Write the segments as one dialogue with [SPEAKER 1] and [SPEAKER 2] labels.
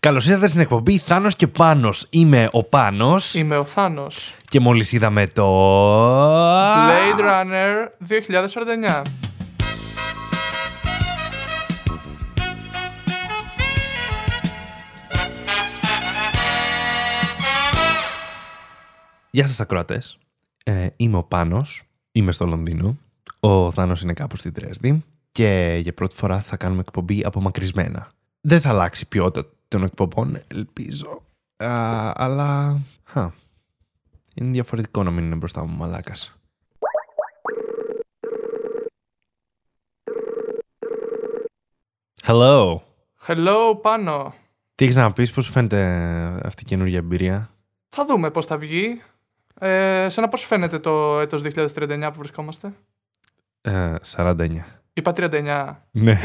[SPEAKER 1] Καλώς ήρθατε στην εκπομπή Θάνος και Πάνος. Είμαι ο Πάνος
[SPEAKER 2] Είμαι ο Θάνος.
[SPEAKER 1] και μόλις είδαμε το.
[SPEAKER 2] Blade Runner 2049.
[SPEAKER 1] Γεια σας, ακροατές. Ε, είμαι ο Πάνος. Είμαι στο Λονδίνο. Ο Θάνος είναι κάπου στη Δρέσδη. Και για πρώτη φορά θα κάνουμε εκπομπή απομακρυσμένα. Δεν θα αλλάξει η ποιότητα των εκπομπών, ελπίζω. Α, αλλά. Χα. Είναι διαφορετικό να μην είναι μπροστά μου μαλάκας. Hello.
[SPEAKER 2] Hello, πάνω.
[SPEAKER 1] Τι έχεις να πεις, πώς σου φαίνεται αυτή η καινούργια εμπειρία.
[SPEAKER 2] Θα δούμε πώς θα βγει. Ε, σένα πώς φαίνεται το έτος 2039 που βρισκόμαστε.
[SPEAKER 1] Ε, 49.
[SPEAKER 2] Είπα 39.
[SPEAKER 1] Ναι.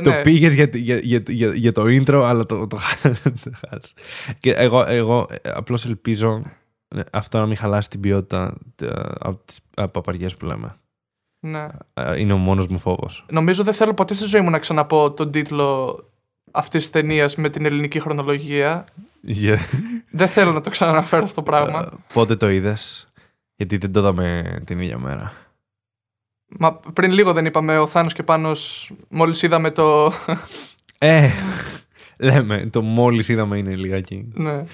[SPEAKER 1] Το
[SPEAKER 2] ναι.
[SPEAKER 1] πήγες για, για, για, για, για το intro, αλλά το, το, χα- το χάσε. Και εγώ, εγώ απλώς ελπίζω ε, αυτό να μην χαλάσει την ποιότητα ε, από τις παπαριές που λέμε.
[SPEAKER 2] ναι.
[SPEAKER 1] Ε, Είναι ο μόνος μου φόβος.
[SPEAKER 2] Νομίζω δεν θέλω ποτέ στη ζωή μου να ξαναπώ τον τίτλο αυτής της ταινίας με την ελληνική χρονολογία. Δεν θέλω να το ξαναναφέρω αυτό το πράγμα.
[SPEAKER 1] Ε, Πότε το είδες, Γιατί δεν το είδαμε την ίδια μέρα.
[SPEAKER 2] Μα πριν λίγο δεν είπαμε ο Θάνος και Πάνος μόλις είδαμε το...
[SPEAKER 1] Ε, λέμε, το μόλις είδαμε είναι λιγάκι.
[SPEAKER 2] ναι.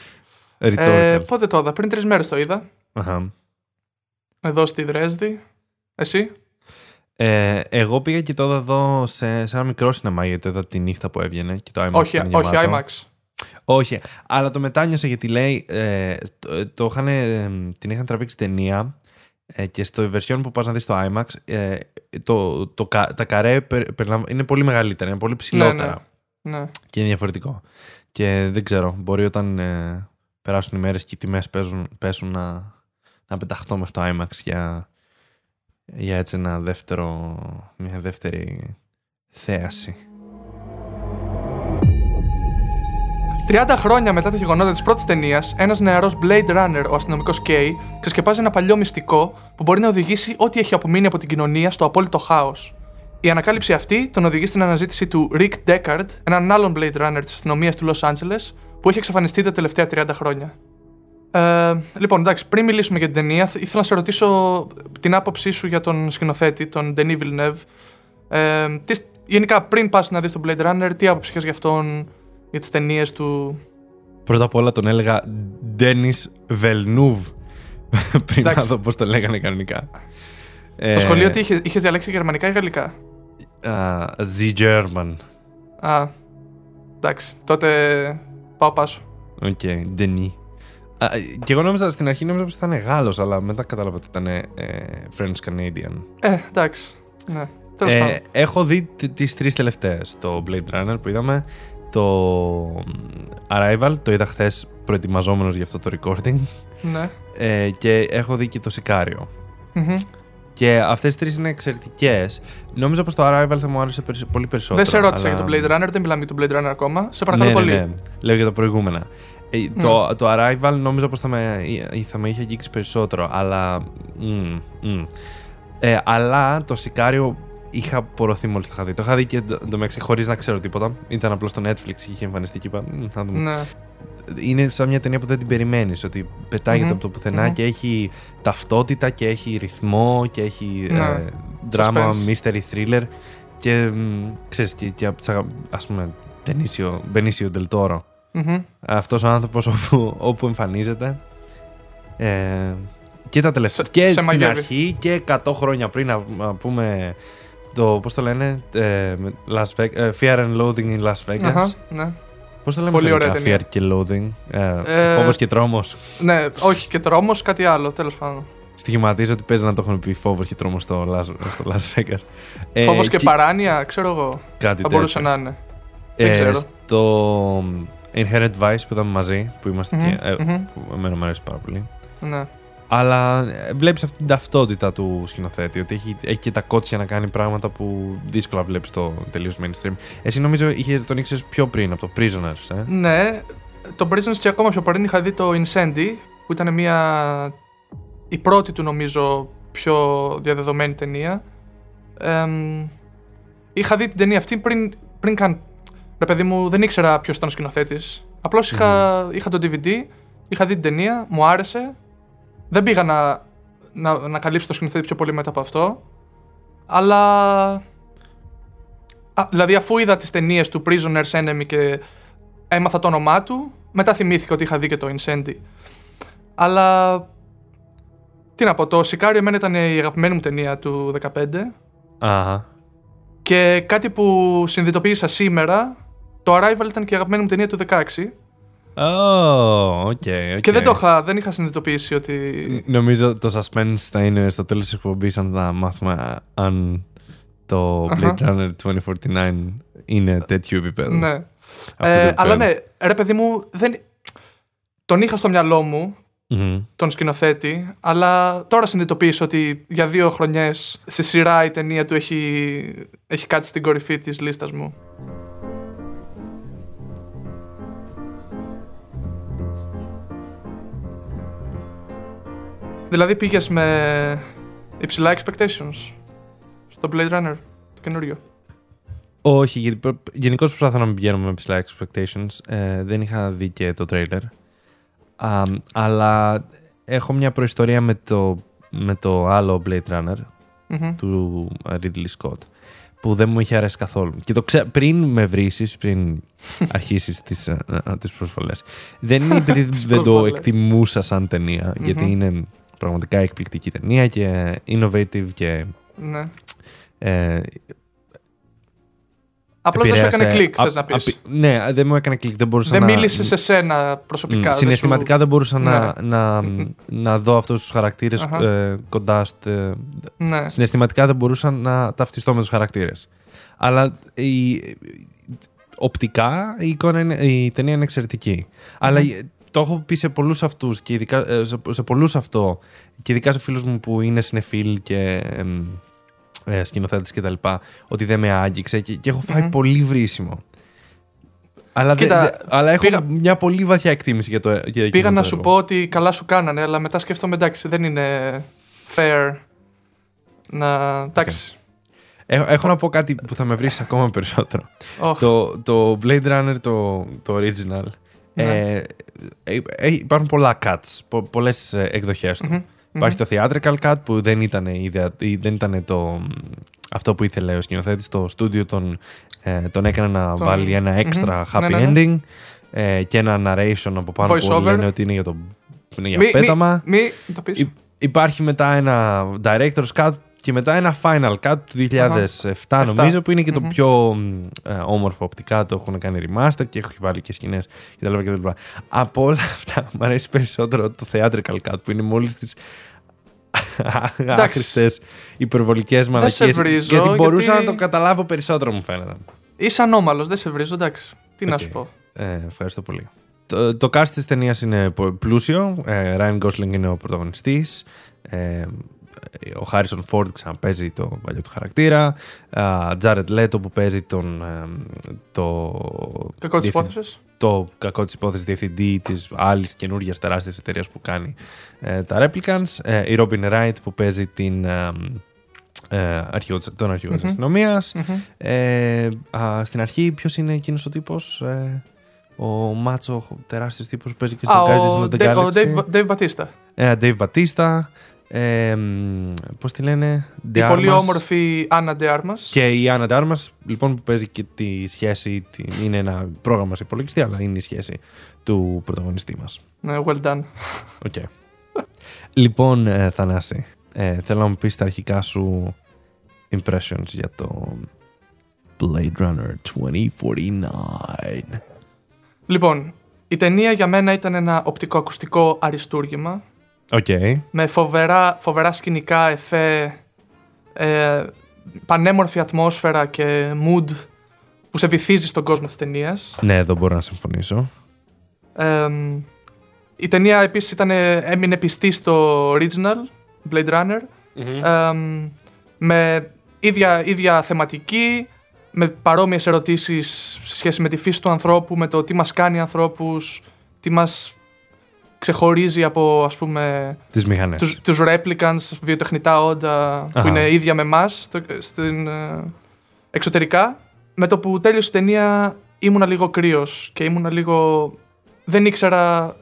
[SPEAKER 2] Ε,
[SPEAKER 1] Ρητόρικαλ.
[SPEAKER 2] πότε το είδα, πριν τρεις μέρες το είδα.
[SPEAKER 1] Αχα.
[SPEAKER 2] Εδώ στη Δρέσδη. Εσύ.
[SPEAKER 1] Ε, εγώ πήγα και το είδα εδώ σε, σε ένα μικρό σινεμά γιατί το είδα τη νύχτα που έβγαινε και το IMAX
[SPEAKER 2] όχι,
[SPEAKER 1] ήταν
[SPEAKER 2] όχι,
[SPEAKER 1] γεμάτο.
[SPEAKER 2] IMAX.
[SPEAKER 1] Όχι, αλλά το μετάνιωσα γιατί λέει ε, το, το είχαν, ε, την είχαν τραβήξει ταινία ε, και στο version που πας να δεις στο IMAX ε, το, το, κα- τα καρέ περ- περιλαμβα- είναι πολύ μεγαλύτερα, είναι πολύ ψηλότερα
[SPEAKER 2] Ναι.
[SPEAKER 1] και είναι διαφορετικό. Και δεν ξέρω, μπορεί όταν ε, περάσουν οι μέρες και οι τιμές παίζουν, πέσουν να, να πεταχτώ μέχρι το IMAX για, για έτσι ένα δεύτερο, μια δεύτερη θέαση.
[SPEAKER 2] 30 χρόνια μετά τα γεγονότα της πρώτης ταινίας, ένας νεαρός Blade Runner, ο αστυνομικός K, ξεσκεπάζει ένα παλιό μυστικό που μπορεί να οδηγήσει ό,τι έχει απομείνει από την κοινωνία στο απόλυτο χάος. Η ανακάλυψη αυτή τον οδηγεί στην αναζήτηση του Rick Deckard, έναν άλλον Blade Runner της αστυνομίας του Los Angeles, που έχει εξαφανιστεί τα τελευταία 30 χρόνια. Ε, λοιπόν, εντάξει, πριν μιλήσουμε για την ταινία, θ- ήθελα να σε ρωτήσω την άποψή σου για τον σκηνοθέτη, τον Denis Villeneuve. Ε, τι, γενικά, πριν πας να δεις τον Blade Runner, τι άποψη είχες για αυτόν, για τις ταινίες του,
[SPEAKER 1] Πρώτα απ' όλα τον έλεγα Dennis Βελνούβ. πριν να
[SPEAKER 2] Εντάξει.
[SPEAKER 1] δω πώς το λέγανε κανονικά. Ε,
[SPEAKER 2] Στο σχολείο τι είχες, είχες διαλέξει γερμανικά ή γαλλικά.
[SPEAKER 1] The German.
[SPEAKER 2] Α, εντάξει. Τότε πάω πάσο.
[SPEAKER 1] Οκ, Denis. Α, και εγώ νόμιζα στην αρχή νόμιζα πως ήταν Γάλλος, αλλά μετά κατάλαβα ότι ήταν ε, French Canadian.
[SPEAKER 2] Ε, εντάξει. Ναι. Τέλος
[SPEAKER 1] Ε,
[SPEAKER 2] πάντων.
[SPEAKER 1] έχω δει τ- τις τρεις τελευταίες. Το Blade Runner που είδαμε, το Arrival, το είδα χθες προετοιμαζόμενος για αυτό το recording
[SPEAKER 2] Ναι.
[SPEAKER 1] ε, και έχω δει και το Σικάριο.
[SPEAKER 2] Μμμ.
[SPEAKER 1] Και αυτές οι τρεις είναι εξαιρετικές. Νόμιζα πως το Arrival θα μου άρεσε περισ- πολύ περισσότερο.
[SPEAKER 2] Δεν σε ρώτησα
[SPEAKER 1] αλλά-
[SPEAKER 2] για τον Blade Runner, δεν μιλάμε για τον Blade Runner ακόμα. Σε παρακαλώ
[SPEAKER 1] ναι,
[SPEAKER 2] πολύ. Ναι.
[SPEAKER 1] Ναι, ναι. Λέω για τα προηγούμενα. Ε, το, το Arrival νόμιζα πως θα, με- ε, θα με είχε αγγίξει περισσότερο, αλλά. μμ, μμ. Ε, αλλά το Σικάριο είχα πορωθεί μόλις το είχα δει. Το είχα δει και εν τω μεταξύ χωρίς να ξέρω τίποτα. Ήταν απλώς στο Netflix και είχε εμφανιστεί και είπα. «Μμ, Θα δούμε.
[SPEAKER 2] Ναι.
[SPEAKER 1] Είναι σαν μια ταινία που δεν την περιμένεις. Ότι πετάγεται
[SPEAKER 2] Μμμ,
[SPEAKER 1] από το πουθενα
[SPEAKER 2] μμμ.
[SPEAKER 1] και έχει ταυτότητα και έχει ρυθμό και έχει
[SPEAKER 2] Ναι.
[SPEAKER 1] ε, drama,
[SPEAKER 2] Suspense.
[SPEAKER 1] mystery, thriller. Και μ, ξέρεις, και, και από τις αγα- ας πούμε, Benicio, Benicio del Toro.
[SPEAKER 2] Μμμ.
[SPEAKER 1] Αυτός ο άνθρωπος όπου, όπου εμφανίζεται. Ε, και τα τελευταία. Και
[SPEAKER 2] σε
[SPEAKER 1] στην
[SPEAKER 2] μαγεύει.
[SPEAKER 1] αρχή και 100 χρόνια πριν, να, να πούμε. Το, πώς το λένε, ε, με- Las Vegas, ε, Fear and Loathing in Las Vegas.
[SPEAKER 2] Αχα, ναι.
[SPEAKER 1] Πώς το λέμε
[SPEAKER 2] Πολύ
[SPEAKER 1] στα
[SPEAKER 2] ωραία
[SPEAKER 1] ελληνικά, Fear
[SPEAKER 2] ταινία.
[SPEAKER 1] και Loathing. Ε,
[SPEAKER 2] Ε,
[SPEAKER 1] φόβος και τρόμος.
[SPEAKER 2] ναι, όχι και τρόμος, κάτι άλλο, τέλος πάντων.
[SPEAKER 1] Στοιχηματίζω ότι παίζει να το έχουν πει φόβος και τρόμος στο Las, στο Las Vegas. Ε,
[SPEAKER 2] Φόβος και παράνοια, ξέρω εγώ.
[SPEAKER 1] Κάτι
[SPEAKER 2] Θα μπορούσε
[SPEAKER 1] τέτοιο. Ε,
[SPEAKER 2] να είναι. δεν ξέρω.
[SPEAKER 1] Στο Inherent Vice που είδαμε μαζί, που είμαστε
[SPEAKER 2] Μμμ,
[SPEAKER 1] και... ε,
[SPEAKER 2] μμμ.
[SPEAKER 1] που εμένα μου αρέσει πάρα πολύ.
[SPEAKER 2] Ναι.
[SPEAKER 1] Αλλά ε, βλέπεις αυτή την ταυτότητα του σκηνοθέτη, ότι έχει, έχει και τα κότσια να κάνει πράγματα που δύσκολα βλέπεις στο τελείως mainstream. Εσύ νομίζω είχες, τον ήξερες πιο πριν, από το Prisoners, ε.
[SPEAKER 2] Ναι, το Prisoners και ακόμα πιο πριν είχα δει το Incendi, που ήταν μια... η πρώτη του νομίζω πιο διαδεδομένη ταινία. Εμ, είχα δει την ταινία αυτή πριν, πριν καν Ρε παιδί μου, δεν ήξερα ποιος ήταν ο σκηνοθέτης. Απλώς είχα, είχα το DVD, είχα δει την ταινία, μου άρεσε. Δεν πήγα να, να, να καλύψω το σκηνοθέτη πιο πολύ μετά από αυτό. Αλλά. Α, δηλαδή, αφού είδα τις ταινίες του Prisoners Enemy και έμαθα το όνομά του, μετά θυμήθηκα ότι είχα δει και το Incendi. Αλλά. Τι να πω, το Σικάριο εμένα ήταν η αγαπημένη μου ταινία του 15.
[SPEAKER 1] Α,
[SPEAKER 2] Και κάτι που συνειδητοποίησα σήμερα, το Arrival ήταν και η αγαπημένη μου ταινία του 16.
[SPEAKER 1] Ω, οκ, οκ.
[SPEAKER 2] Και δεν το είχα, δεν είχα συνειδητοποιήσει ότι.
[SPEAKER 1] Νομίζω το suspense θα είναι στο τέλος της εκπομπής αν θα μάθουμε αν το Blade Runner 2049 είναι τέτοιο επίπεδο.
[SPEAKER 2] Ναι.
[SPEAKER 1] Αυτό το
[SPEAKER 2] Ε, αλλά
[SPEAKER 1] επίπεδο.
[SPEAKER 2] ναι, ρε παιδί μου, δεν... τον είχα στο μυαλό μου,
[SPEAKER 1] Μμμ.
[SPEAKER 2] τον σκηνοθέτη, αλλά τώρα συνειδητοποίησα ότι για δύο χρονιές στη σειρά η ταινία του έχει, έχει κάτι στην κορυφή της λίστας μου. Δηλαδή πήγες με υψηλά expectations στο Blade Runner, το καινούριο.
[SPEAKER 1] Όχι, γιατί προ- γενικώς προσπαθώ να μην πηγαίνουμε με ψηλά expectations. Ε, δεν είχα δει και το τρέιλερ. Α, μ, αλλά έχω μια προϊστορία με το, με το άλλο Blade Runner
[SPEAKER 2] Μμμ.
[SPEAKER 1] του Ridley Scott που δεν μου είχε αρέσει καθόλου. Και το ξέ, πριν με βρήσεις, πριν αρχίσεις τις, ε, ε, τις προσβολές, δεν είναι επειδή
[SPEAKER 2] Τις
[SPEAKER 1] δεν το
[SPEAKER 2] προσβολές.
[SPEAKER 1] εκτιμούσα σαν ταινία, γιατί
[SPEAKER 2] Μμμ.
[SPEAKER 1] είναι πραγματικά εκπληκτική ταινία και innovative και
[SPEAKER 2] Ναι.
[SPEAKER 1] ε,
[SPEAKER 2] Απλώς δεν σου
[SPEAKER 1] επηρέασε-
[SPEAKER 2] έκανε κλικ,
[SPEAKER 1] α-
[SPEAKER 2] θες να πεις.
[SPEAKER 1] απει- ναι, δεν μου έκανε κλικ. Δεν μπορούσα
[SPEAKER 2] Δεν
[SPEAKER 1] να.
[SPEAKER 2] μίλησες σε σένα
[SPEAKER 1] Μ,
[SPEAKER 2] προσωπικά. δεν σου-
[SPEAKER 1] συναισθηματικά δεν μπορούσα να,
[SPEAKER 2] Ναι.
[SPEAKER 1] να,
[SPEAKER 2] Μμμ.
[SPEAKER 1] να δω αυτούς τους χαρακτήρες
[SPEAKER 2] Αχα.
[SPEAKER 1] ε, κοντά. στε-
[SPEAKER 2] Ναι.
[SPEAKER 1] Συναισθηματικά δεν μπορούσα να ταυτιστώ με τους χαρακτήρες. Αλλά η, οπτικά η, εικόνα είναι, η ταινία είναι εξαιρετική. Αλλά
[SPEAKER 2] Ναι.
[SPEAKER 1] το έχω πει σε πολλούς αυτούς και ειδικά ε, σε, σε πολλούς αυτό και ειδικά σε φίλους μου που είναι συνεφίλ και εμ, ε, σκηνοθέτες κτλ. Ότι δεν με άγγιξε και, και έχω φάει
[SPEAKER 2] Μμμ. πολύ
[SPEAKER 1] βρίσιμο. Αλλά, δεν-
[SPEAKER 2] Κοίτα,
[SPEAKER 1] δεν- αλλά έχω
[SPEAKER 2] πήγα-
[SPEAKER 1] μια πολύ βαθιά εκτίμηση για το. Για
[SPEAKER 2] Πήγα
[SPEAKER 1] εκείνο
[SPEAKER 2] να
[SPEAKER 1] το
[SPEAKER 2] σου
[SPEAKER 1] έργο.
[SPEAKER 2] πω ότι καλά σου κάνανε, αλλά μετά σκέφτομαι εντάξει, δεν είναι fair να. Εντάξει.
[SPEAKER 1] Έχω, έχω να πω κάτι που θα με βρεις ακόμα περισσότερο.
[SPEAKER 2] Οχ,
[SPEAKER 1] το, το Blade Runner, το, το original.
[SPEAKER 2] Ναι.
[SPEAKER 1] ε, ε, ε, υπάρχουν πολλά cuts, πο, πολλές εκδοχές του.
[SPEAKER 2] μμμ,
[SPEAKER 1] Υπάρχει το
[SPEAKER 2] mm-hmm.
[SPEAKER 1] theatrical cut που δεν ήταν, η ιδέα, η- δεν ήταν το, αυτό που ήθελε ο σκηνοθέτης. Το στούντιο τον, ε, τον έκανε να
[SPEAKER 2] Τον-
[SPEAKER 1] βάλει ένα extra
[SPEAKER 2] Μμμ.
[SPEAKER 1] happy
[SPEAKER 2] Ναι, ναι, ναι.
[SPEAKER 1] ending ε, και ένα narration από πάνω
[SPEAKER 2] Voice
[SPEAKER 1] που
[SPEAKER 2] over.
[SPEAKER 1] λένε ότι είναι για το είναι για
[SPEAKER 2] μη- μη-
[SPEAKER 1] πέταμα.
[SPEAKER 2] Μη, το πεις.
[SPEAKER 1] Υ- υπάρχει μετά ένα director's cut και μετά ένα final cut του 2007 νομίζω που είναι και το
[SPEAKER 2] Μμμ.
[SPEAKER 1] πιο μ, ε, όμορφο οπτικά το έχουν κάνει remaster και έχουν βάλει και σκηνές κτλ. κτλ. Από όλα αυτά μου αρέσει περισσότερο το theatrical cut που είναι μόλις τις άχρηστες υπερβολικές μαλακίες
[SPEAKER 2] βρίζω,
[SPEAKER 1] γιατί μπορούσα
[SPEAKER 2] γιατί-
[SPEAKER 1] να το καταλάβω περισσότερο μου φαίνεται.
[SPEAKER 2] Είσαι ανώμαλος, δεν σε βρίζω, εντάξει. Τι να
[SPEAKER 1] Οκ.
[SPEAKER 2] σου πω.
[SPEAKER 1] Ε, ευχαριστώ πολύ. Το, το cast της ταινίας είναι πο- πλούσιο. Ε, Ryan Gosling είναι ο πρωταγωνιστής. Ε, ο Harrison Ford ξαναπαίζει το παλιό του χαρακτήρα. Α, Jared Leto που παίζει τον, ε, το,
[SPEAKER 2] Κακό της
[SPEAKER 1] διευθυν-
[SPEAKER 2] υπόθεσης.
[SPEAKER 1] το κακό της υπόθεσης διευθυντή της άλλης καινούργιας τεράστιας εταιρείας που κάνει ε, τα Replicants. Ε, η Robin Wright που παίζει την, ε, ε, αρχηγό της- τον αρχηγό της
[SPEAKER 2] Μμμ.
[SPEAKER 1] αστυνομίας.
[SPEAKER 2] Μμμ.
[SPEAKER 1] Ε, α, στην αρχή, ποιος είναι εκείνος ο τύπος. Ε, ο μάτσο, τεράστιος τύπος που παίζει και
[SPEAKER 2] Α,
[SPEAKER 1] στο Guardians
[SPEAKER 2] ο
[SPEAKER 1] of the
[SPEAKER 2] Ντε- ο
[SPEAKER 1] Galaxy.
[SPEAKER 2] Dave- Dave Batista.
[SPEAKER 1] Ε, Dave Batista. Ε, Πώς τη λένε,
[SPEAKER 2] Η
[SPEAKER 1] De
[SPEAKER 2] πολύ
[SPEAKER 1] Armas.
[SPEAKER 2] όμορφη Άννα Ντεάρμας.
[SPEAKER 1] Και η Άννα Ντάρμα, λοιπόν, που παίζει και τη σχέση. τη- είναι ένα πρόγραμμα σε υπολογιστή, αλλά είναι η σχέση του πρωταγωνιστή μας.
[SPEAKER 2] Ναι, well done.
[SPEAKER 1] Οκ. λοιπόν, ε, Θανάση, ε, θέλω να μου πεις τα αρχικά σου impressions για το Blade Runner 2049.
[SPEAKER 2] Λοιπόν, η ταινία για μένα ήταν ένα οπτικοακουστικό αριστούργημα.
[SPEAKER 1] Οκ.
[SPEAKER 2] με φοβερά, φοβερά σκηνικά, εφέ, ε, πανέμορφη ατμόσφαιρα και mood που σε βυθίζει στον κόσμο της ταινίας.
[SPEAKER 1] Ναι, εδώ μπορώ να συμφωνήσω.
[SPEAKER 2] η ταινία επίσης ήταν, ε, έμεινε πιστή στο original, Blade Runner, εμ, με ίδια, ίδια θεματική, με παρόμοιες ερωτήσεις σε σχέση με τη φύση του ανθρώπου, με το τι μας κάνει ανθρώπους, τι μας ξεχωρίζει από, ας πούμε,
[SPEAKER 1] Τις μηχανές.
[SPEAKER 2] τους, τους replicants, βιοτεχνητά όντα που
[SPEAKER 1] Ε. Αχα.
[SPEAKER 2] είναι ίδια με εμάς στο- στην, ε, εξωτερικά. Με το που τέλειωσε η ταινία ήμουνα λίγο κρύος και ήμουνα λίγο. Δεν ήξερα.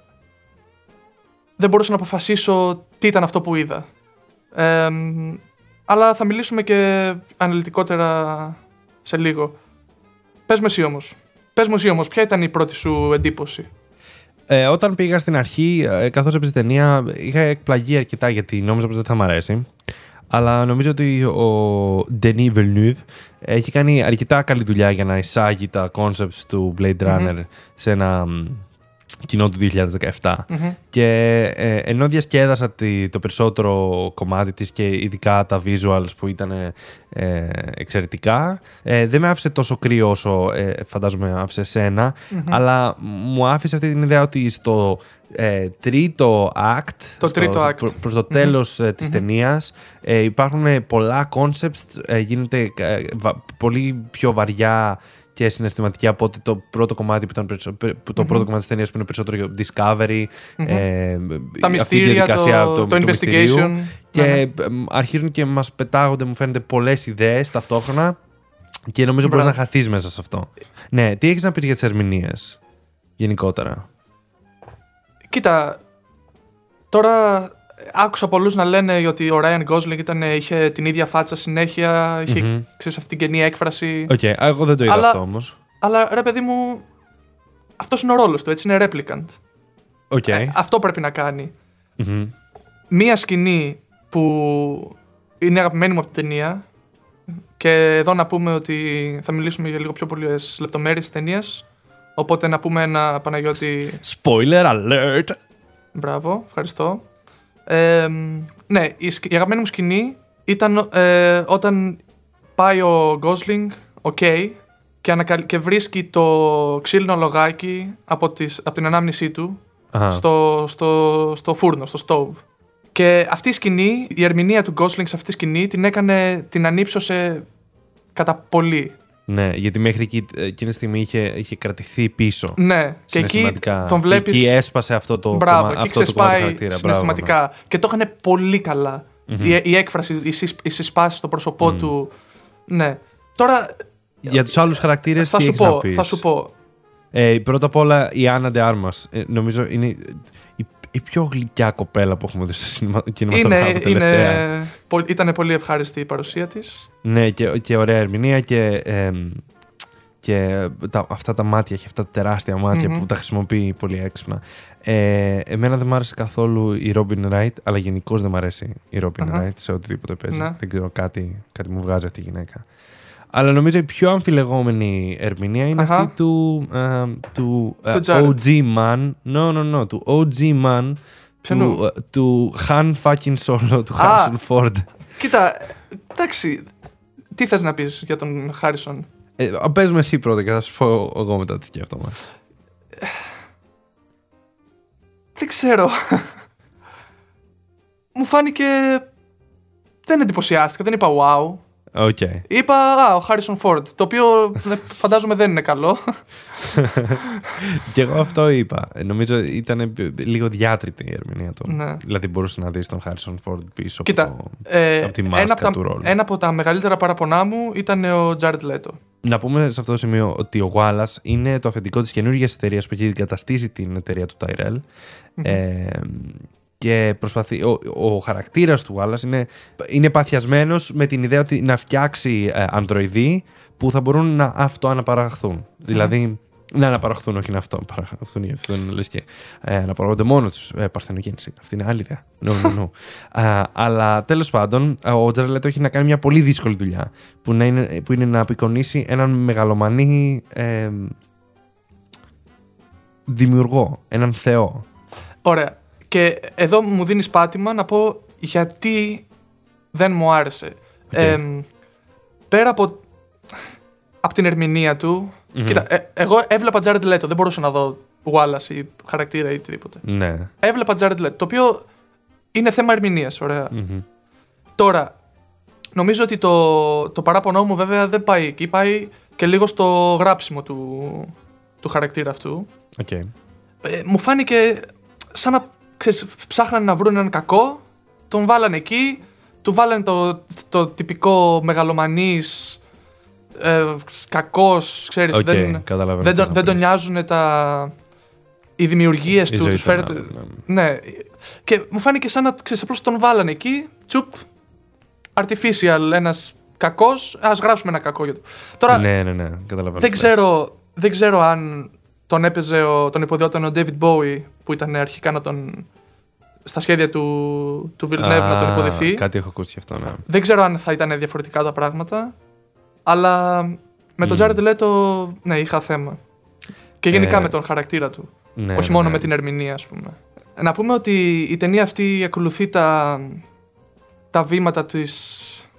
[SPEAKER 2] Δεν μπορούσα να αποφασίσω τι ήταν αυτό που είδα. Ε, μ, αλλά θα μιλήσουμε και αναλυτικότερα σε λίγο. Πες μου εσύ όμως. Πες μου εσύ όμως, ποια ήταν η πρώτη σου εντύπωση.
[SPEAKER 1] Ε, όταν πήγα στην αρχή, ε, καθώς έπαιζε η ταινία, είχα εκπλαγεί αρκετά γιατί νόμιζα πως δεν θα μ' αρέσει. Αλλά νομίζω ότι ο Denis Villeneuve έχει κάνει αρκετά καλή δουλειά για να εισάγει τα concepts του Blade Runner σε ένα μ, κοινό του 2017.
[SPEAKER 2] Μμμ.
[SPEAKER 1] Και ε, ενώ διασκέδασα τη- το περισσότερο κομμάτι της και ειδικά τα visuals που ήταν ε, ε, εξαιρετικά, ε, δεν με άφησε τόσο κρύο όσο ε, φαντάζομαι άφησε εσένα, αλλά μου άφησε αυτή την ιδέα ότι στο ε, τρίτο act,
[SPEAKER 2] Το
[SPEAKER 1] στο-
[SPEAKER 2] τρίτο
[SPEAKER 1] στο-
[SPEAKER 2] act.
[SPEAKER 1] προ- προς το τέλος ε, της ταινίας, ε, υπάρχουν ε, πολλά concepts, ε, γίνεται ε, βα- πολύ πιο βαριά και συναισθηματική από ότι το πρώτο κομμάτι που ήταν περισσο- πε- που το πρώτο κομμάτι της ταινίας που είναι περισσότερο για discovery, ε,
[SPEAKER 2] Τα
[SPEAKER 1] αυτή η
[SPEAKER 2] μυστήρια,
[SPEAKER 1] διαδικασία
[SPEAKER 2] το, το,
[SPEAKER 1] του- του
[SPEAKER 2] investigation.
[SPEAKER 1] μυστηρίου. Και
[SPEAKER 2] Ναι, ναι.
[SPEAKER 1] ε, μ, αρχίζουν και μας πετάγονται, μου φαίνεται, πολλές ιδέες ταυτόχρονα και νομίζω μπορείς να
[SPEAKER 2] Μπράβο.
[SPEAKER 1] χαθείς μέσα σε αυτό. Ναι, τι έχεις να πεις για τις ερμηνείες γενικότερα.
[SPEAKER 2] Κοίτα, τώρα άκουσα πολλούς να λένε ότι ο Ryan Gosling ήταν, είχε την ίδια φάτσα συνέχεια, είχε,
[SPEAKER 1] Μμμ.
[SPEAKER 2] ξέρεις, αυτή την καινή έκφραση.
[SPEAKER 1] Οκ, α, εγώ δεν το είδα
[SPEAKER 2] Ε, Αλλά-
[SPEAKER 1] αυτό όμως.
[SPEAKER 2] Αλλά ρε παιδί μου, αυτός είναι ο ρόλος του, έτσι, είναι replicant.
[SPEAKER 1] Οκ.
[SPEAKER 2] Ε, αυτό πρέπει να κάνει.
[SPEAKER 1] Μμμ.
[SPEAKER 2] μία σκηνή που είναι αγαπημένη μου από την ταινία και εδώ να πούμε ότι θα μιλήσουμε για λίγο πιο πολλές λεπτομέρειες της ταινίας οπότε να πούμε ένα Παναγιώτη
[SPEAKER 1] Spoiler alert!
[SPEAKER 2] μπράβο, ευχαριστώ ε, μ, ναι, η, σκ- η αγαπημένη μου σκηνή ήταν ε, όταν πάει ο Gosling, ο Κέι και, ανακαλ- και βρίσκει το ξύλινο λογάκι από, τις, από την ανάμνησή του
[SPEAKER 1] Αχα.
[SPEAKER 2] στο, στο, στο φούρνο, στο stove. Και αυτή η σκηνή, η ερμηνεία του Gosling σε αυτή τη σκηνή την έκανε, την ανύψωσε κατά πολύ.
[SPEAKER 1] Ναι, γιατί μέχρι εκεί, ε, εκείνη τη στιγμή είχε, είχε κρατηθεί πίσω.
[SPEAKER 2] Ναι, και εκεί
[SPEAKER 1] συναισθηματικά.
[SPEAKER 2] τον
[SPEAKER 1] Και
[SPEAKER 2] βλέπεις.
[SPEAKER 1] εκεί έσπασε αυτό το,
[SPEAKER 2] Μπράβο,
[SPEAKER 1] κομμα-
[SPEAKER 2] εκεί
[SPEAKER 1] αυτό το κομμάτι
[SPEAKER 2] ξεσπάει
[SPEAKER 1] χαρακτήρα. Μπράβο, ναι.
[SPEAKER 2] συναισθηματικά. Και το έκανε πολύ καλά. η, η έκφραση, οι, συσ, οι συσπάσει στο πρόσωπό του. Ναι. Τώρα
[SPEAKER 1] Για τους άλλους χαρακτήρες,
[SPEAKER 2] θα
[SPEAKER 1] Ε, τι
[SPEAKER 2] σου,
[SPEAKER 1] έχεις να
[SPEAKER 2] πω,
[SPEAKER 1] πεις?
[SPEAKER 2] θα σου πω.
[SPEAKER 1] Ε, πρώτα απ' όλα η Άννα Ντε Άρμας. Ε, νομίζω είναι η, η πιο γλυκιά κοπέλα που έχουμε δει στο σινημα-
[SPEAKER 2] Είναι,
[SPEAKER 1] κινηματογράφο τελευταία.
[SPEAKER 2] είναι, ήταν πολύ ευχάριστη η παρουσία της.
[SPEAKER 1] Ναι, και, και ωραία ερμηνεία και, εμ, και τα, αυτά τα μάτια και αυτά τα τεράστια μάτια
[SPEAKER 2] Μμμ.
[SPEAKER 1] που τα χρησιμοποιεί πολύ έξυπνα. Ε, εμένα δεν μ' άρεσε καθόλου η Robin Wright, αλλά γενικώς δεν μ' αρέσει η Robin
[SPEAKER 2] Αχα.
[SPEAKER 1] Wright σε οτιδήποτε παίζει.
[SPEAKER 2] Ναι.
[SPEAKER 1] Δεν ξέρω, κάτι, κάτι μου βγάζει αυτή η γυναίκα. Αλλά νομίζω η πιο αμφιλεγόμενη ερμηνεία είναι
[SPEAKER 2] Αχα.
[SPEAKER 1] αυτή του, ε, του, ε,
[SPEAKER 2] Του Jared.
[SPEAKER 1] OG man. No, no, no. Του OG man.
[SPEAKER 2] Ποιανού?
[SPEAKER 1] Του, ε, του Han fucking Solo, του
[SPEAKER 2] Α.
[SPEAKER 1] Harrison Ford.
[SPEAKER 2] Κοίτα, εντάξει. Τι θες να πεις για τον Χάρισον.
[SPEAKER 1] Ε, πες με εσύ πρώτα και θα σου πω εγώ μετά τι σκέφτομαι.
[SPEAKER 2] Δεν ξέρω. Μου φάνηκε. Δεν εντυπωσιάστηκα, δεν είπα wow.
[SPEAKER 1] Οκ.
[SPEAKER 2] Είπα, α, ο Χάρισον Φόρντ. Το οποίο δε- φαντάζομαι δεν είναι καλό.
[SPEAKER 1] Και εγώ αυτό είπα. Ε, Νομίζω ήταν λίγο διάτρητη η ερμηνεία του.
[SPEAKER 2] Ναι.
[SPEAKER 1] Δηλαδή μπορούσες να δεις τον Χάρισον Φόρντ πίσω.
[SPEAKER 2] Κοίτα.
[SPEAKER 1] από-
[SPEAKER 2] ε,
[SPEAKER 1] Απ' τη μάσκα
[SPEAKER 2] ένα, από τα,
[SPEAKER 1] του ρόλου.
[SPEAKER 2] ένα από τα μεγαλύτερα παραπονά μου ήταν ο Τζάρετ Λέτο.
[SPEAKER 1] Να πούμε σε αυτό το σημείο ότι ο Γουάλλας είναι το αφεντικό της καινούργιας εταιρείας που έχει αντικαταστήσει την εταιρεία του Tyrell. Ε, και προσπαθεί, ο, ο χαρακτήρας του Γουάλλα είναι, είναι παθιασμένος με την ιδέα ότι να φτιάξει ε, αντροειδή που θα μπορούν να αυτοαναπαραχθούν. Δηλαδή, να αναπαραχθούν, όχι να αυτοαναπαραχθούν ή αυτόν λες και ε, αναπαραγόνται μόνο τους. Ε, παρθενογέννηση. Αυτή είναι άλλη ιδέα. No, no, no. Α, αλλά τέλος πάντων, ε, ο Τζαρελέτο έχει να κάνει μια πολύ δύσκολη δουλειά που, να είναι, που είναι να απεικονίσει έναν μεγαλομανή ε, δημιουργό, έναν θεό.
[SPEAKER 2] Ωραία. Και εδώ μου δίνεις πάτημα να πω γιατί δεν μου άρεσε. Εμ, πέρα από, από την ερμηνεία του. Κοίτα, ε- εγώ έβλεπα Τζάρετ Λέτο. Δεν μπορούσα να δω Wallace ή χαρακτήρα ή οτιδήποτε.
[SPEAKER 1] Ναι.
[SPEAKER 2] Έβλεπα Τζάρετ Λέτο. Το οποίο είναι θέμα ερμηνείας. Ωραία.
[SPEAKER 1] Μμμ.
[SPEAKER 2] Τώρα, νομίζω ότι το, το παράπονό μου βέβαια δεν πάει εκεί. Πάει και λίγο στο γράψιμο του, του χαρακτήρα αυτού
[SPEAKER 1] Οκ.
[SPEAKER 2] ε, μου φάνηκε σαν να ξέρεις, ψάχνανε να βρουν έναν κακό, τον βάλανε εκεί, του βάλανε το, το τυπικό μεγαλομανής ε, κακός, ξέρεις.
[SPEAKER 1] Οκ,
[SPEAKER 2] δεν
[SPEAKER 1] καταλαβαίνω
[SPEAKER 2] δεν,
[SPEAKER 1] τι
[SPEAKER 2] τον-
[SPEAKER 1] θες να
[SPEAKER 2] δεν τον
[SPEAKER 1] πεις.
[SPEAKER 2] νοιάζουν τα. οι δημιουργίες
[SPEAKER 1] Η
[SPEAKER 2] τους.
[SPEAKER 1] ζωή
[SPEAKER 2] τους
[SPEAKER 1] των
[SPEAKER 2] φέρεται-
[SPEAKER 1] άλλων,
[SPEAKER 2] Ναι. Και μου φάνηκε σαν να ξέρεις, απλώς τον βάλανε εκεί. Τσουπ. Artificial, ένας κακός. Ας γράψουμε ένα κακό για το. Τώρα
[SPEAKER 1] Ναι, ναι, ναι, καταλαβαίνω.
[SPEAKER 2] δεν,
[SPEAKER 1] τι λες.
[SPEAKER 2] ξέρω, δεν ξέρω αν τον έπαιζε, ο, τον υποδιόταν ο David Bowie που ήταν αρχικά να τον. στα σχέδια του, του Villeneuve να τον
[SPEAKER 1] Α,
[SPEAKER 2] υποδηθεί.
[SPEAKER 1] Κάτι έχω ακούσει γι' αυτό, ναι.
[SPEAKER 2] Δεν ξέρω αν θα ήταν διαφορετικά τα πράγματα. Αλλά με τον
[SPEAKER 1] Μμμ.
[SPEAKER 2] Jared Leto, ναι, είχα θέμα. Και γενικά
[SPEAKER 1] Ε,
[SPEAKER 2] με τον χαρακτήρα του.
[SPEAKER 1] ναι
[SPEAKER 2] όχι
[SPEAKER 1] ναι,
[SPEAKER 2] μόνο
[SPEAKER 1] ναι.
[SPEAKER 2] με την ερμηνεία, ας πούμε. Να πούμε ότι η ταινία αυτή ακολουθεί τα, τα βήματα της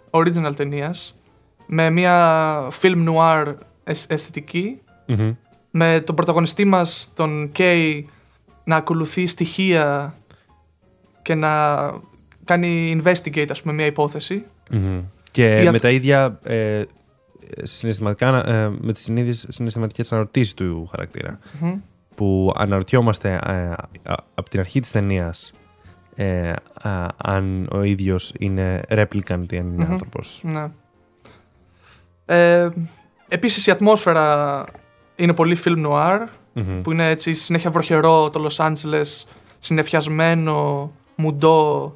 [SPEAKER 2] original ταινίας με μια film noir αισ- αισθητική
[SPEAKER 1] Μμμ.
[SPEAKER 2] με τον πρωταγωνιστή μας, τον Κέι, να ακολουθεί στοιχεία και να κάνει investigate, ας πούμε, μια υπόθεση.
[SPEAKER 1] Μμμ. Και
[SPEAKER 2] Η
[SPEAKER 1] με
[SPEAKER 2] ατ-
[SPEAKER 1] τα ίδια ε, συναισθηματικά, ε, με τις συνήθειες συναισθηματικές αναρωτήσεις του χαρακτήρα
[SPEAKER 2] Μμμ.
[SPEAKER 1] που αναρωτιόμαστε ε, από την αρχή της ταινίας ε, α, αν ο ίδιος είναι replicant ή αν ειναι
[SPEAKER 2] Μμμ.
[SPEAKER 1] άνθρωπος.
[SPEAKER 2] Ναι. Ε, επίσης η ατμόσφαιρα είναι πολύ film noir,
[SPEAKER 1] Μμμ.
[SPEAKER 2] που είναι έτσι συνέχεια βροχερό το Λος Άντζελες, συνεφιασμένο, μουντό.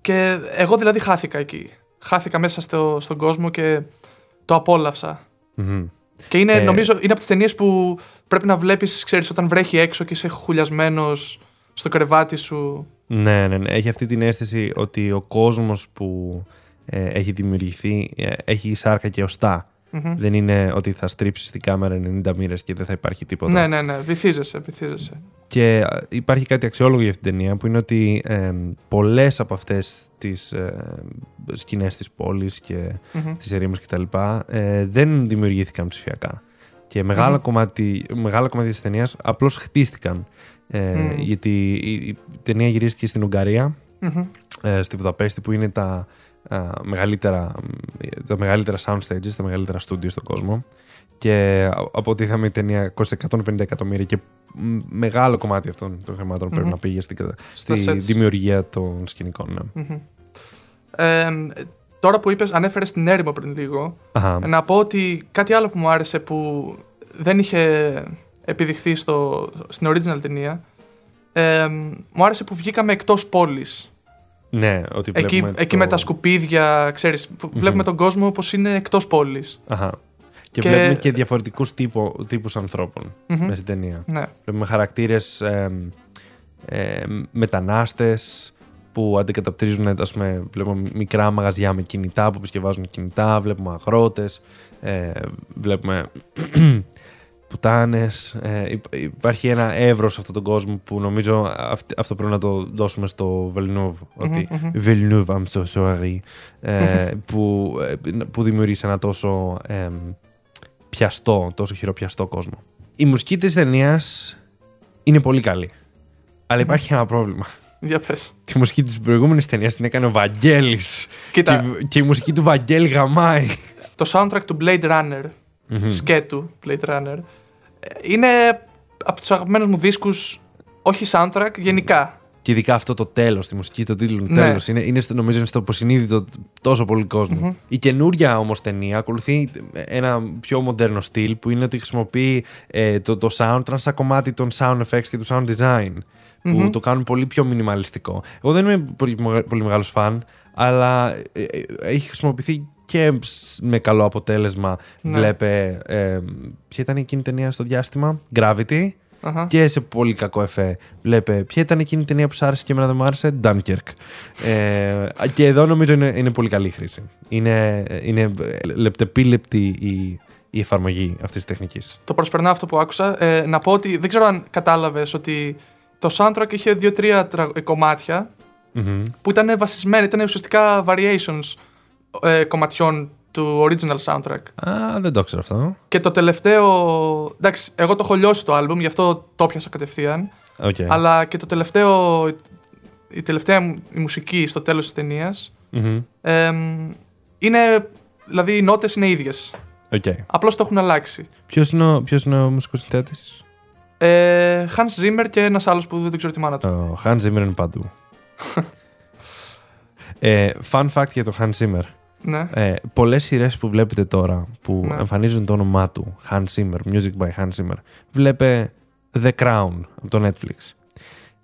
[SPEAKER 2] Και εγώ δηλαδή χάθηκα εκεί. Χάθηκα μέσα στο, στον κόσμο και το απόλαυσα.
[SPEAKER 1] Μμμ.
[SPEAKER 2] Και είναι,
[SPEAKER 1] Ε.
[SPEAKER 2] νομίζω, είναι από τις ταινίες που πρέπει να βλέπεις, ξέρεις, όταν βρέχει έξω και είσαι χουλιασμένος στο κρεβάτι σου.
[SPEAKER 1] Ναι, ναι, ναι. Έχει αυτή την αίσθηση ότι ο κόσμος που ε, έχει δημιουργηθεί ε, έχει σάρκα και οστά.
[SPEAKER 2] Μμμ.
[SPEAKER 1] Δεν είναι ότι θα στρίψεις την κάμερα 90 μοίρες και δεν θα υπάρχει τίποτα.
[SPEAKER 2] Ναι, ναι, ναι. Βυθίζεσαι, βυθίζεσαι.
[SPEAKER 1] Και α, υπάρχει κάτι αξιόλογο για αυτήν την ταινία που είναι ότι ε, πολλές από αυτές τις ε, σκηνές της πόλης και
[SPEAKER 2] Μμμ.
[SPEAKER 1] της ερήμους κτλ. Ε, δεν δημιουργήθηκαν ψηφιακά. Και μεγάλα
[SPEAKER 2] Μμμ.
[SPEAKER 1] κομμάτι, μεγάλα κομμάτια της ταινίας απλώς χτίστηκαν. Ε,
[SPEAKER 2] Μμ.
[SPEAKER 1] Γιατί η, η ταινία γυρίστηκε στην Ουγγαρία,
[SPEAKER 2] Μμμ.
[SPEAKER 1] ε, στη Βουδαπέστη που είναι τα, α, μεγαλύτερα, τα μεγαλύτερα sound stages, τα μεγαλύτερα studio στον κόσμο και α- από ό,τι είδαμε η ταινία κόστησε 150 εκατομμύρια και μ, μεγάλο κομμάτι αυτών των χρηματων πρέπει
[SPEAKER 2] Μμμ.
[SPEAKER 1] να πήγε στην, κατα-
[SPEAKER 2] Στα
[SPEAKER 1] στη
[SPEAKER 2] sets.
[SPEAKER 1] δημιουργία των σκηνικών. Ναι.
[SPEAKER 2] Μμμ. Ε, τώρα που είπες, ανέφερες την έρημο πριν λίγο,
[SPEAKER 1] Αχα,
[SPEAKER 2] να πω ότι κάτι άλλο που μου άρεσε που δεν είχε επιδειχθεί στο, στην original ταινία, ε, μου άρεσε που βγήκαμε εκτός πόλης.
[SPEAKER 1] ναι, ότι
[SPEAKER 2] Εκεί,
[SPEAKER 1] βλέπουμε
[SPEAKER 2] εκεί
[SPEAKER 1] το-
[SPEAKER 2] με τα σκουπίδια, ξέρεις, που
[SPEAKER 1] Μμμ.
[SPEAKER 2] βλέπουμε τον κόσμο πως είναι εκτός πόλης.
[SPEAKER 1] Αχα. Και,
[SPEAKER 2] και-
[SPEAKER 1] βλέπουμε και διαφορετικούς τύπο, τύπους ανθρώπων
[SPEAKER 2] Μμμ.
[SPEAKER 1] μέσα στην ταινία.
[SPEAKER 2] Ναι.
[SPEAKER 1] Βλέπουμε χαρακτήρες ε, ε, μετανάστες που αντικαταπτρίζουν, ας πούμε, βλέπουμε μικρά μαγαζιά με κινητά που επισκευάζουν κινητά, βλέπουμε αγρότες, ε, βλέπουμε πουτάνες. Ε, υπ- υπάρχει ένα εύρος σε αυτόν τον κόσμο που νομίζω αυ- αυτό πρέπει να το δώσουμε στο Βελνούβ, ότι
[SPEAKER 2] μμμ.
[SPEAKER 1] Villeneuve, I'm so sorry, ε, που, ε, που δημιουργήσε ένα τόσο ε, πιαστό, τόσο χειροπιαστό κόσμο. Η μουσική της ταινίας είναι πολύ καλή. Αλλά υπάρχει ένα πρόβλημα.
[SPEAKER 2] Για πες.
[SPEAKER 1] Τη μουσική της προηγούμενης ταινίας την έκανε ο Βαγγέλης.
[SPEAKER 2] Κοίτα.
[SPEAKER 1] Και, και η μουσική του Βαγγέλη γαμάει.
[SPEAKER 2] Το soundtrack του Blade Runner, σκέτου Blade Runner, ε, είναι από τους αγαπημένους μου δίσκους, όχι soundtrack, γενικά.
[SPEAKER 1] και ειδικά αυτό το τέλος, τη μουσική, το τίτλο, το
[SPEAKER 2] Ναι.
[SPEAKER 1] τέλος. Είναι, είναι, στο- νομίζω είναι στο υποσυνείδητο τόσο πολύ κόσμο. Η καινούρια όμως ταινία ακολουθεί ένα πιο μοντέρνο στυλ που είναι ότι χρησιμοποιεί ε, το, το soundtrack σαν κομμάτι των sound effects και του sound design. Που
[SPEAKER 2] Μμμ.
[SPEAKER 1] το κάνουν πολύ πιο μινιμαλιστικό. Εγώ δεν είμαι πολύ, πολύ μεγάλος φαν, αλλά ε, ε, έχει χρησιμοποιηθεί και σ- με καλό αποτέλεσμα.
[SPEAKER 2] Ναι.
[SPEAKER 1] Βλέπε. Ε, ποια ήταν εκείνη η ταινία στο διάστημα, Gravity
[SPEAKER 2] Αχα.
[SPEAKER 1] και σε πολύ κακό εφέ. Βλέπε ποια ήταν εκείνη η ταινία που σου άρεσε και εμένα δεν μου άρεσε, Dunkirk. ε, και εδώ νομίζω είναι, είναι πολύ καλή χρήση. Είναι, είναι λεπτεπίλεπτη η, η εφαρμογή αυτής της τεχνικής.
[SPEAKER 2] το προσπερνάω αυτό που άκουσα. Ε, να πω ότι δεν ξέρω αν κατάλαβες ότι το soundtrack είχε δύο-τρία τρα- ε, κομμάτια που ήταν βασισμένα, ήταν ουσιαστικά variations ε, κομματιών του original soundtrack.
[SPEAKER 1] Α, δεν το ξέρω αυτό.
[SPEAKER 2] Και το τελευταίο. Εντάξει, εγώ το έχω λιώσει το album, γι' αυτό το πιάσα
[SPEAKER 1] Ναι.
[SPEAKER 2] κατευθείαν.
[SPEAKER 1] Okay.
[SPEAKER 2] Αλλά και το τελευταίο. Η τελευταία μου- η μουσική στο τέλος της ταινίας. είναι. Δηλαδή οι νότες είναι ίδιες. Απλώς το έχουν αλλάξει.
[SPEAKER 1] Ποιος είναι ο, ποιος είναι ο μουσικός συνθέτης,
[SPEAKER 2] Ε, Hans Zimmer και ένας άλλος που δεν ξέρω τη μάνα του.
[SPEAKER 1] Ο Hans Zimmer είναι παντού. ε, fun fact για το Hans Zimmer.
[SPEAKER 2] Ναι.
[SPEAKER 1] Ε, Πολλές σειρές που βλέπετε τώρα που
[SPEAKER 2] Ναι.
[SPEAKER 1] εμφανίζουν το όνομά του, Hans Zimmer, Music by Hans Zimmer, βλέπε The Crown από το Netflix.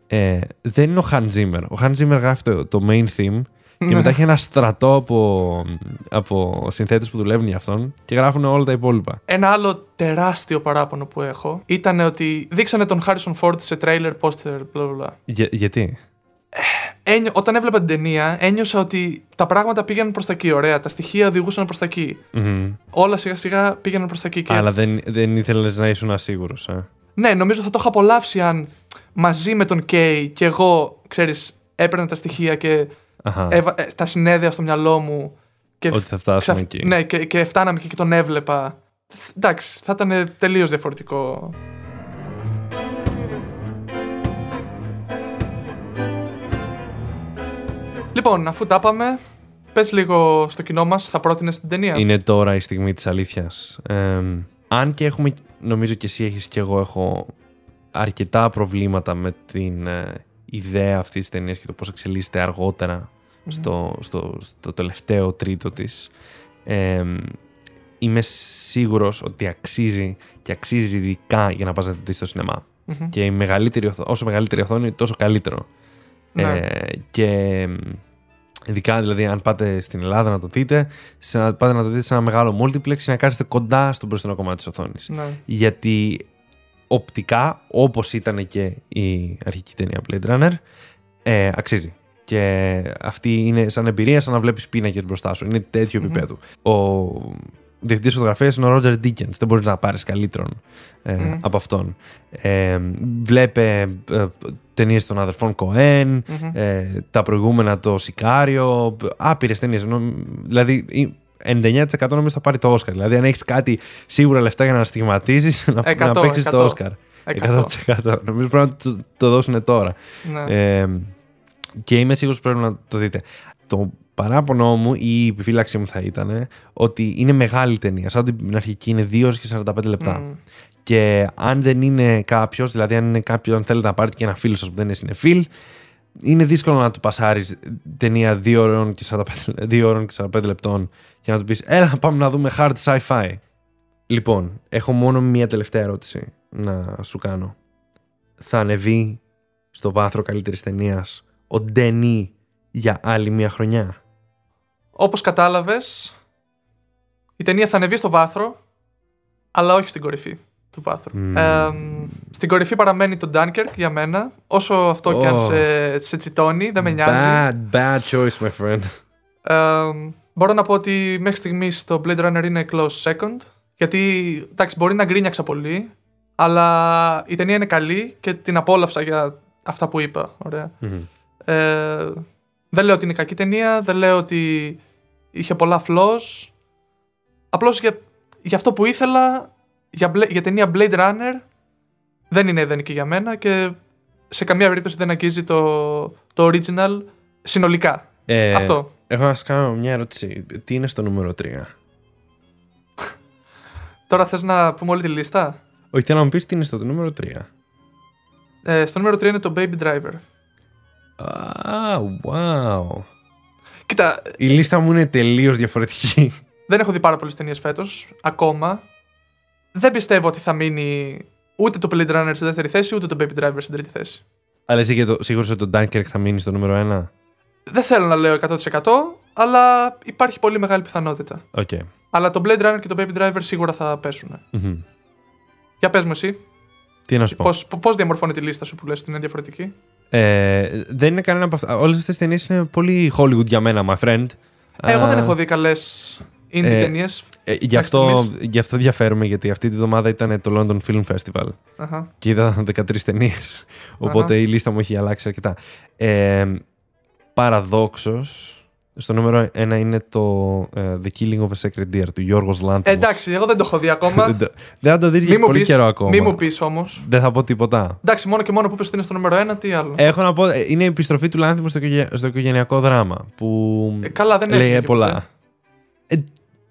[SPEAKER 1] Ε, δεν είναι ο Hans Zimmer. Ο Hans Zimmer γράφει το, το main theme και
[SPEAKER 2] Ναι.
[SPEAKER 1] μετά έχει ένα στρατό από, από συνθέτες που δουλεύουν για αυτόν και γράφουν όλα τα υπόλοιπα.
[SPEAKER 2] Ένα άλλο τεράστιο παράπονο που έχω ήταν ότι δείξανε τον Harrison Ford σε trailer, poster, bla bla bla.
[SPEAKER 1] Για, γιατί?
[SPEAKER 2] Ένιω- όταν έβλεπα την ταινία, ένιωσα ότι τα πράγματα πήγαιναν προς τα εκεί. Ωραία, τα στοιχεία οδηγούσαν προς τα εκεί.
[SPEAKER 1] Μμμ.
[SPEAKER 2] Όλα σιγά σιγά πήγαιναν προς τα εκεί. Και...
[SPEAKER 1] Αλλά δεν, δεν ήθελες να ήσουν ασίγουρος. Ε.
[SPEAKER 2] Ναι, νομίζω θα το είχα απολαύσει αν μαζί με τον Κέι και εγώ, ξέρεις, έπαιρνα τα στοιχεία και
[SPEAKER 1] Αχα.
[SPEAKER 2] έβα- ε, τα συνέδεα στο μυαλό μου. Και
[SPEAKER 1] Ότι θα φτάσουμε εκεί.
[SPEAKER 2] Ναι, και, και φτάναμε εκεί και τον έβλεπα. Θ- Εντάξει, θα ήταν τελείως διαφορετικό. Λοιπόν, αφού τα πάμε, πες λίγο στο κοινό μας, θα πρότεινες την ταινία.
[SPEAKER 1] Είναι τώρα η στιγμή της αλήθειας. Ε, αν και έχουμε, νομίζω και εσύ έχεις και εγώ έχω αρκετά προβλήματα με την ε, ιδέα αυτής της ταινίας και το πώς εξελίσσεται αργότερα στο, στο, στο τελευταίο τρίτο της. Ε, είμαι σίγουρος ότι αξίζει και αξίζει ειδικά για να πας να τη δεις στο σινεμά.
[SPEAKER 2] Μμμ.
[SPEAKER 1] Και η μεγαλύτερη οθο- όσο μεγαλύτερη οθόνη, τόσο καλύτερο.
[SPEAKER 2] Ναι.
[SPEAKER 1] Ε, και εμ, ειδικά δηλαδή αν πάτε στην Ελλάδα να το δείτε, σε, να πάτε να το δείτε σε ένα μεγάλο multiplex ή να κάτσετε κοντά στο μπροστινό κομμάτι της οθόνης.
[SPEAKER 2] Ναι.
[SPEAKER 1] Γιατί οπτικά, όπως ήταν και η αρχική ταινία Blade Runner, ε, αξίζει. Και αυτή είναι σαν εμπειρία, σαν να βλέπεις πίνακες μπροστά σου. Είναι τέτοιο
[SPEAKER 2] Μμμ.
[SPEAKER 1] επίπεδο. Ο διευθυντής φωτογραφίας είναι ο Roger Deakins. Δεν μπορείς να πάρεις καλύτερον ε,
[SPEAKER 2] Μμμ.
[SPEAKER 1] από αυτόν. Ε, βλέπε ε, ταινίες των αδερφών Κοέν,
[SPEAKER 2] Μμμ.
[SPEAKER 1] ε, τα προηγούμενα, το Σικάριο, άπειρες ταινίες. Δηλαδή, η- 99% νομίζω θα πάρει το Όσκαρ. Δηλαδή, αν έχεις κάτι σίγουρα λεφτά για να στιγματίζεις, να, να
[SPEAKER 2] 100,
[SPEAKER 1] παίξεις το
[SPEAKER 2] 100.
[SPEAKER 1] Όσκαρ.
[SPEAKER 2] 100.
[SPEAKER 1] 100%. Νομίζω πρέπει να το, το δώσουν τώρα.
[SPEAKER 2] Ναι.
[SPEAKER 1] Ε, και είμαι σίγουρος πρέπει να το δείτε. Το παράπονο μου ή η επιφύλαξή μου θα ήταν ότι είναι μεγάλη ταινία. Σαν την αρχική είναι 2 και 45 λεπτά.
[SPEAKER 2] Μμ.
[SPEAKER 1] Και αν δεν είναι κάποιος, δηλαδή αν είναι κάποιος, αν θέλετε να πάρετε και ένα φίλο σας που δεν είναι συνεφίλ, είναι δύσκολο να του πασάρεις ταινία 2 ώρων, και 45, λε- 2 ώρων και 45 λεπτών και να του πεις Έλα, πάμε να δούμε hard sci-fi. Λοιπόν, έχω μόνο μία τελευταία ερώτηση να σου κάνω. Θα ανεβεί στο βάθρο καλύτερης ταινίας ο Ντενί για άλλη μία χρονιά.
[SPEAKER 2] Όπως κατάλαβες, η ταινία θα ανεβεί στο βάθρο, αλλά όχι στην κορυφή του βάθρου.
[SPEAKER 1] Μμμ.
[SPEAKER 2] Ε, μ, στην κορυφή παραμένει το Dunkirk για μένα, όσο αυτό και αν
[SPEAKER 1] Oh.
[SPEAKER 2] σε, σε τσιτώνει, δεν με νοιάζει.
[SPEAKER 1] Bad, bad choice, my friend.
[SPEAKER 2] Ε, μ, μπορώ να πω ότι μέχρι στιγμής το Blade Runner είναι close second, γιατί εντάξει, μπορεί να γκρίνιαξα πολύ, αλλά η ταινία είναι καλή και την απόλαυσα για αυτά που είπα. Ωραία.
[SPEAKER 1] Μμμ.
[SPEAKER 2] Ε, δεν λέω ότι είναι κακή ταινία, δεν λέω ότι είχε πολλά flaws. Απλώς για, για αυτό που ήθελα, για, Bla- για ταινία Blade Runner, δεν είναι ιδανική για μένα και σε καμία περίπτωση δεν αγγίζει το, το original συνολικά.
[SPEAKER 1] Ε,
[SPEAKER 2] Αυτό.
[SPEAKER 1] Έχω να σας κάνω μια ερώτηση. Τι είναι στο νούμερο 3.
[SPEAKER 2] Τώρα θες να πούμε όλη τη λίστα.
[SPEAKER 1] Όχι, θέλω να μου πεις τι είναι στο νούμερο 3.
[SPEAKER 2] Ε, στο νούμερο 3 είναι το Baby Driver.
[SPEAKER 1] Α, wow.
[SPEAKER 2] Κοίτα,
[SPEAKER 1] Η λίστα μου είναι τελείως διαφορετική.
[SPEAKER 2] δεν έχω δει πάρα πολλές ταινίες φέτος ακόμα. Δεν πιστεύω ότι θα μείνει ούτε το Blade Runner στη δεύτερη θέση, ούτε το Baby Driver στην τρίτη θέση.
[SPEAKER 1] Αλλά είσαι και το, σίγουρος ότι το Dunkirk θα μείνει στο νούμερο 1.
[SPEAKER 2] Δεν θέλω να λέω 100% αλλά υπάρχει πολύ μεγάλη πιθανότητα.
[SPEAKER 1] Οκ.
[SPEAKER 2] Αλλά το Blade Runner και το Baby Driver σίγουρα θα πέσουν.
[SPEAKER 1] Μμμ.
[SPEAKER 2] Για πες μου
[SPEAKER 1] Λοιπόν.
[SPEAKER 2] εσύ,
[SPEAKER 1] Τι να σου πω.
[SPEAKER 2] πώς, πώς διαμορφώνει τη λίστα σου που λες ότι είναι διαφορετική.
[SPEAKER 1] Ε, δεν είναι κανένα από αυτά. Όλες αυτές τις ταινίες είναι πολύ Hollywood για μένα, my friend.
[SPEAKER 2] Ε, εγώ δεν
[SPEAKER 1] Α,
[SPEAKER 2] έχω δει καλές indie
[SPEAKER 1] ε,
[SPEAKER 2] ταινίες.
[SPEAKER 1] ε, γι, αυτό, γι' αυτό διαφέρουμε, γιατί αυτή τη βδομάδα ήταν το London Film Festival.
[SPEAKER 2] Αχα. Ε,
[SPEAKER 1] και είδα 13 ταινίε. Οπότε η λίστα μου έχει αλλάξει αρκετά. Ε, Παραδόξως, στο νούμερο 1 είναι το ε, The Killing of a Sacred Deer του Γιώργος
[SPEAKER 2] Ε,
[SPEAKER 1] Λάνθιμος.
[SPEAKER 2] εντάξει, εγώ δεν το έχω δει
[SPEAKER 1] δεν,
[SPEAKER 2] ακόμα.
[SPEAKER 1] το- δεν θα το δεις
[SPEAKER 2] μη,
[SPEAKER 1] για
[SPEAKER 2] μου
[SPEAKER 1] πολύ
[SPEAKER 2] πεις,
[SPEAKER 1] καιρό ακόμα.
[SPEAKER 2] μη μου πεις όμως.
[SPEAKER 1] Δεν θα πω τίποτα.
[SPEAKER 2] Εντάξει, μόνο και μόνο που είπες ότι είναι στο νούμερο 1, τι άλλο.
[SPEAKER 1] Έχω να πω, ε, είναι η επιστροφή του Λάνθιμου στο, οικογε- στο οικογενειακό δράμα που
[SPEAKER 2] Ε, καλά, δεν
[SPEAKER 1] λέει
[SPEAKER 2] έφυγε
[SPEAKER 1] ε,
[SPEAKER 2] και ποτέ.
[SPEAKER 1] πολλά. Ε,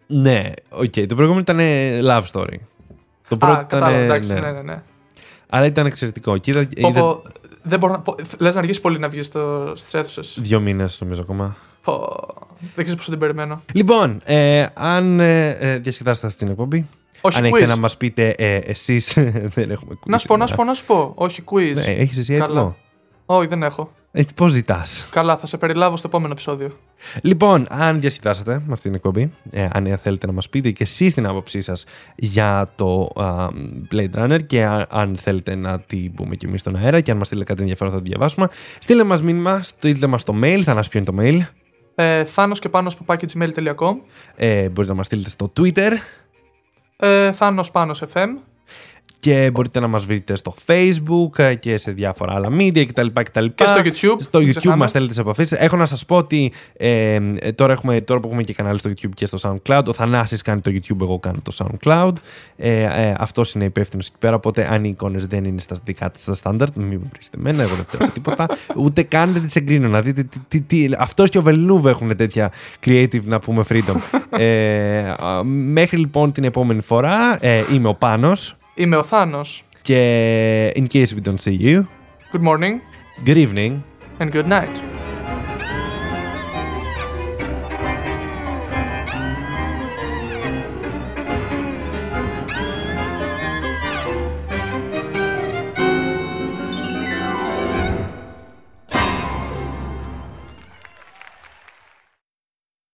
[SPEAKER 1] ναι, οκ. Το προηγούμενο ήταν ε, love story. Το πρώτο
[SPEAKER 2] Α,
[SPEAKER 1] ήταν.
[SPEAKER 2] κατάλαβα,
[SPEAKER 1] ε,
[SPEAKER 2] εντάξει,
[SPEAKER 1] ναι. Ε,
[SPEAKER 2] ναι, ναι, ναι.
[SPEAKER 1] Αλλά ήταν εξαιρετικό. Και είδα,
[SPEAKER 2] Πω,
[SPEAKER 1] είδα
[SPEAKER 2] πω, δεν μπορώ να... πω, λες να αργήσει πολύ να βγεις στο, στις αίθουσες.
[SPEAKER 1] δύο μήνες νομίζω ακόμα.
[SPEAKER 2] Πω. Δεν ξέρει πώ την περιμένω.
[SPEAKER 1] Λοιπόν, ε, αν ε, ε, διασκεδάσετε αυτή την εκπομπή,
[SPEAKER 2] Όχι
[SPEAKER 1] αν
[SPEAKER 2] quiz.
[SPEAKER 1] έχετε να μας πείτε ε, εσείς. δεν έχουμε quiz.
[SPEAKER 2] Να σου πω, να σου πω, να σου πω. Όχι quiz.
[SPEAKER 1] Έχει Ναι, εσύ
[SPEAKER 2] Καλά.
[SPEAKER 1] έτοιμο.
[SPEAKER 2] Όχι, δεν έχω.
[SPEAKER 1] Έτσι, πώς ζητάς.
[SPEAKER 2] Καλά, θα σε περιλάβω στο επόμενο επεισόδιο.
[SPEAKER 1] Λοιπόν, αν διασκεδάσατε με αυτή την εκπομπή, ε, αν θέλετε να μας πείτε και εσείς την άποψή σας για το α, Blade Runner και α- αν θέλετε να την πούμε και εμείς στον αέρα και αν μας στείλετε κάτι ενδιαφέρον θα το διαβάσουμε, στείλτε μας μήνυμα, στείλτε μας το mail, θα μας ποιο είναι το mail.
[SPEAKER 2] Ε, Θάνος και πάνω παπάκι gmail.com.
[SPEAKER 1] Ε, μπορείτε να μας στείλετε στο Twitter
[SPEAKER 2] Ε, Θάνος πάνω FM.
[SPEAKER 1] και μπορείτε να μας βρείτε στο facebook ε, και σε διάφορα άλλα media κτλ. κτλ.
[SPEAKER 2] Και στο YouTube,
[SPEAKER 1] Στο
[SPEAKER 2] μην
[SPEAKER 1] YouTube
[SPEAKER 2] ξεχνάμε.
[SPEAKER 1] μας θέλετε σε επαφή. Έχω να σας πω ότι ε, ε, τώρα, έχουμε, τώρα που έχουμε και κανάλι στο YouTube και στο SoundCloud, ο Θανάσης κάνει το YouTube, εγώ κάνω το SoundCloud. Ε, ε, αυτός είναι υπεύθυνος εκεί πέρα, οπότε αν οι εικόνες δεν είναι στα δικά της στα standard, μην με βρίσκετε εμένα, εγώ δεν φταίω σε τίποτα. Ούτε καν δεν τις εγκρίνω. Να δείτε τι, τι, τι- αυτός και ο Βελνούβ έχουν τέτοια creative να πούμε freedom. ε, α, μέχρι λοιπόν την επόμενη φορά, ε, είμαι ο Πάνος.
[SPEAKER 2] Είμαι ο Θάνος.
[SPEAKER 1] Και in case we don't see you,
[SPEAKER 2] Good morning
[SPEAKER 1] good evening
[SPEAKER 2] and good night.